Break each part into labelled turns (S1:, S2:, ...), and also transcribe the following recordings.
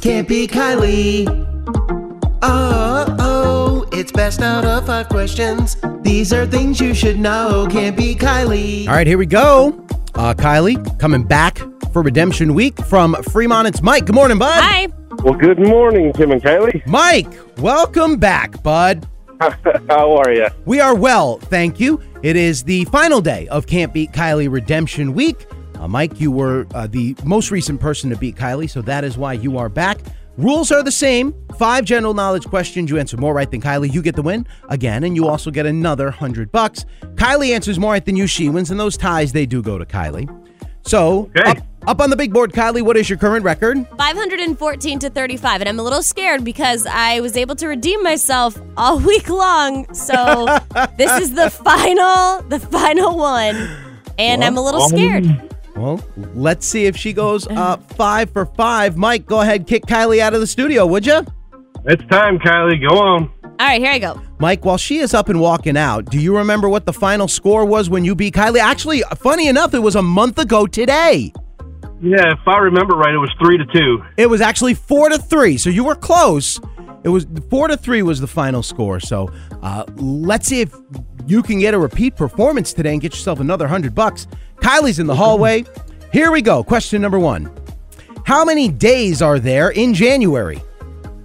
S1: Can't be Kylie. Oh, oh, it's best out of five questions. These are things you should know. Can't be Kylie.
S2: All right, here we go. Uh, Kylie coming back for Redemption Week from Fremont. It's Mike. Good morning, bud.
S3: Hi.
S4: Well, good morning, Tim and Kylie.
S2: Mike, welcome back, bud.
S4: How are you?
S2: We are well, thank you. It is the final day of Can't Beat Kylie Redemption Week. Uh, Mike, you were uh, the most recent person to beat Kylie, so that is why you are back. Rules are the same. Five general knowledge questions. You answer more right than Kylie, you get the win again, and you also get another hundred bucks. Kylie answers more right than you, she wins, and those ties they do go to Kylie. So
S4: Okay.
S2: up, up on the big board, Kylie, what is your current record?
S3: 514 to 35. And I'm a little scared because I was able to redeem myself all week long. So this is the final, the final one. And I'm a little scared.
S2: um, Well, let's see if she goes uh, five for five. Mike, go ahead, kick Kylie out of the studio, would you?
S4: It's time, Kylie. Go on.
S3: All right, here I go.
S2: Mike, while she is up and walking out, do you remember what the final score was when you beat Kylie? Actually, funny enough, it was a month ago today.
S4: Yeah, if I remember right, it was three to two.
S2: It was actually four to three, so you were close. It was four to three was the final score. So uh, let's see if you can get a repeat performance today and get yourself another hundred bucks. Kylie's in the hallway. Here we go. Question number one: How many days are there in January?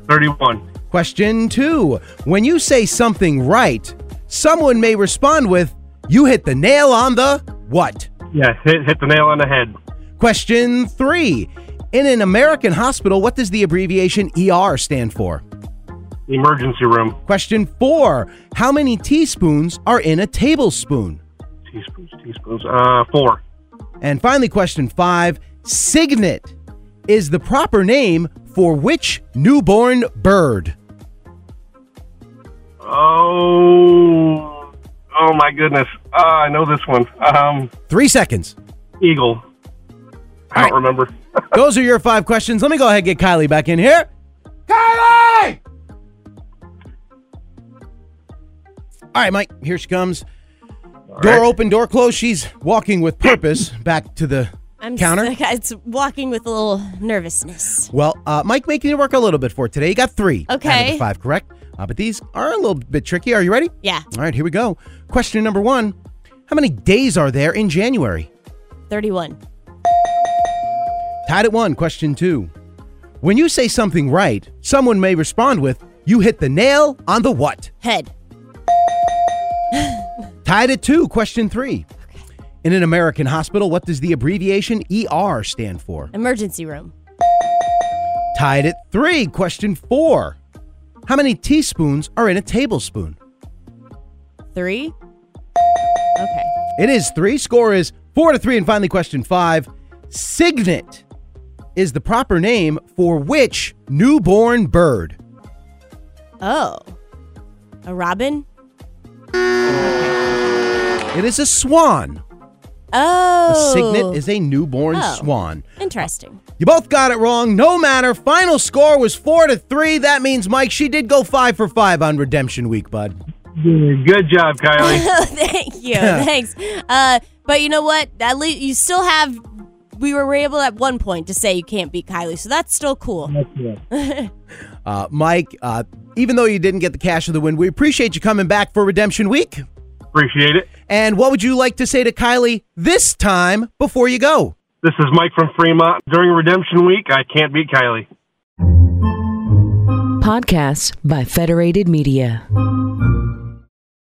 S4: Thirty-one.
S2: Question two When you say something right, someone may respond with, You hit the nail on the what?
S4: Yeah, hit, hit the nail on the head.
S2: Question three In an American hospital, what does the abbreviation ER stand for?
S4: Emergency room.
S2: Question four How many teaspoons are in a tablespoon?
S4: Teaspoons, teaspoons. Uh, four.
S2: And finally, question five Signet is the proper name for which newborn bird?
S4: Oh, oh my goodness. Uh, I know this one. Um,
S2: Three seconds.
S4: eagle. I don't remember.
S2: Those are your five questions. Let me go ahead and get Kylie back in here. Kylie! All right, Mike, here she comes. door
S4: right.
S2: open, door closed. She's walking with purpose back to the
S3: I'm
S2: counter.
S3: s- It's walking with a little nervousness.
S2: Well, uh, Mike making it work a little bit for today. You got three out of
S3: Okay.
S2: the five correct, uh, but these are a little bit tricky. Are you ready?
S3: Yeah,
S2: All right, here we go. Question number one How many days are there in January?
S3: 31.
S2: Tied at one, question two. When you say something right, someone may respond with, You hit the nail on the what?
S3: Head.
S2: Tied at two, question three. In an American hospital, what does the abbreviation ER stand for?
S3: Emergency room.
S2: Tied at three, question four. How many teaspoons are in a tablespoon?
S3: Three. Okay.
S2: It is three. Score is four to three. And finally, question five Signet is the proper name for which newborn bird?
S3: Oh. A robin?
S2: It is a swan. A
S3: Oh.
S2: signet is a newborn
S3: Oh.
S2: swan.
S3: Interesting.
S2: You both got it wrong. No matter. Final score was four to three. That means Mike, she did go five for five on Redemption Week, bud.
S4: Good job, Kylie.
S3: Thank you. Thanks. Uh, but you know what? At least you still have. We were able at one point to say you can't beat Kylie, so that's still cool.
S2: Uh, Mike, uh, even though you didn't get the cash of the win, we appreciate you coming back for Redemption Week.
S4: Appreciate it.
S2: And what would you like to say to Kylie this time before you go?
S4: This is Mike from Fremont. During Redemption Week, I can't beat Kylie.
S5: Podcasts by Federated Media.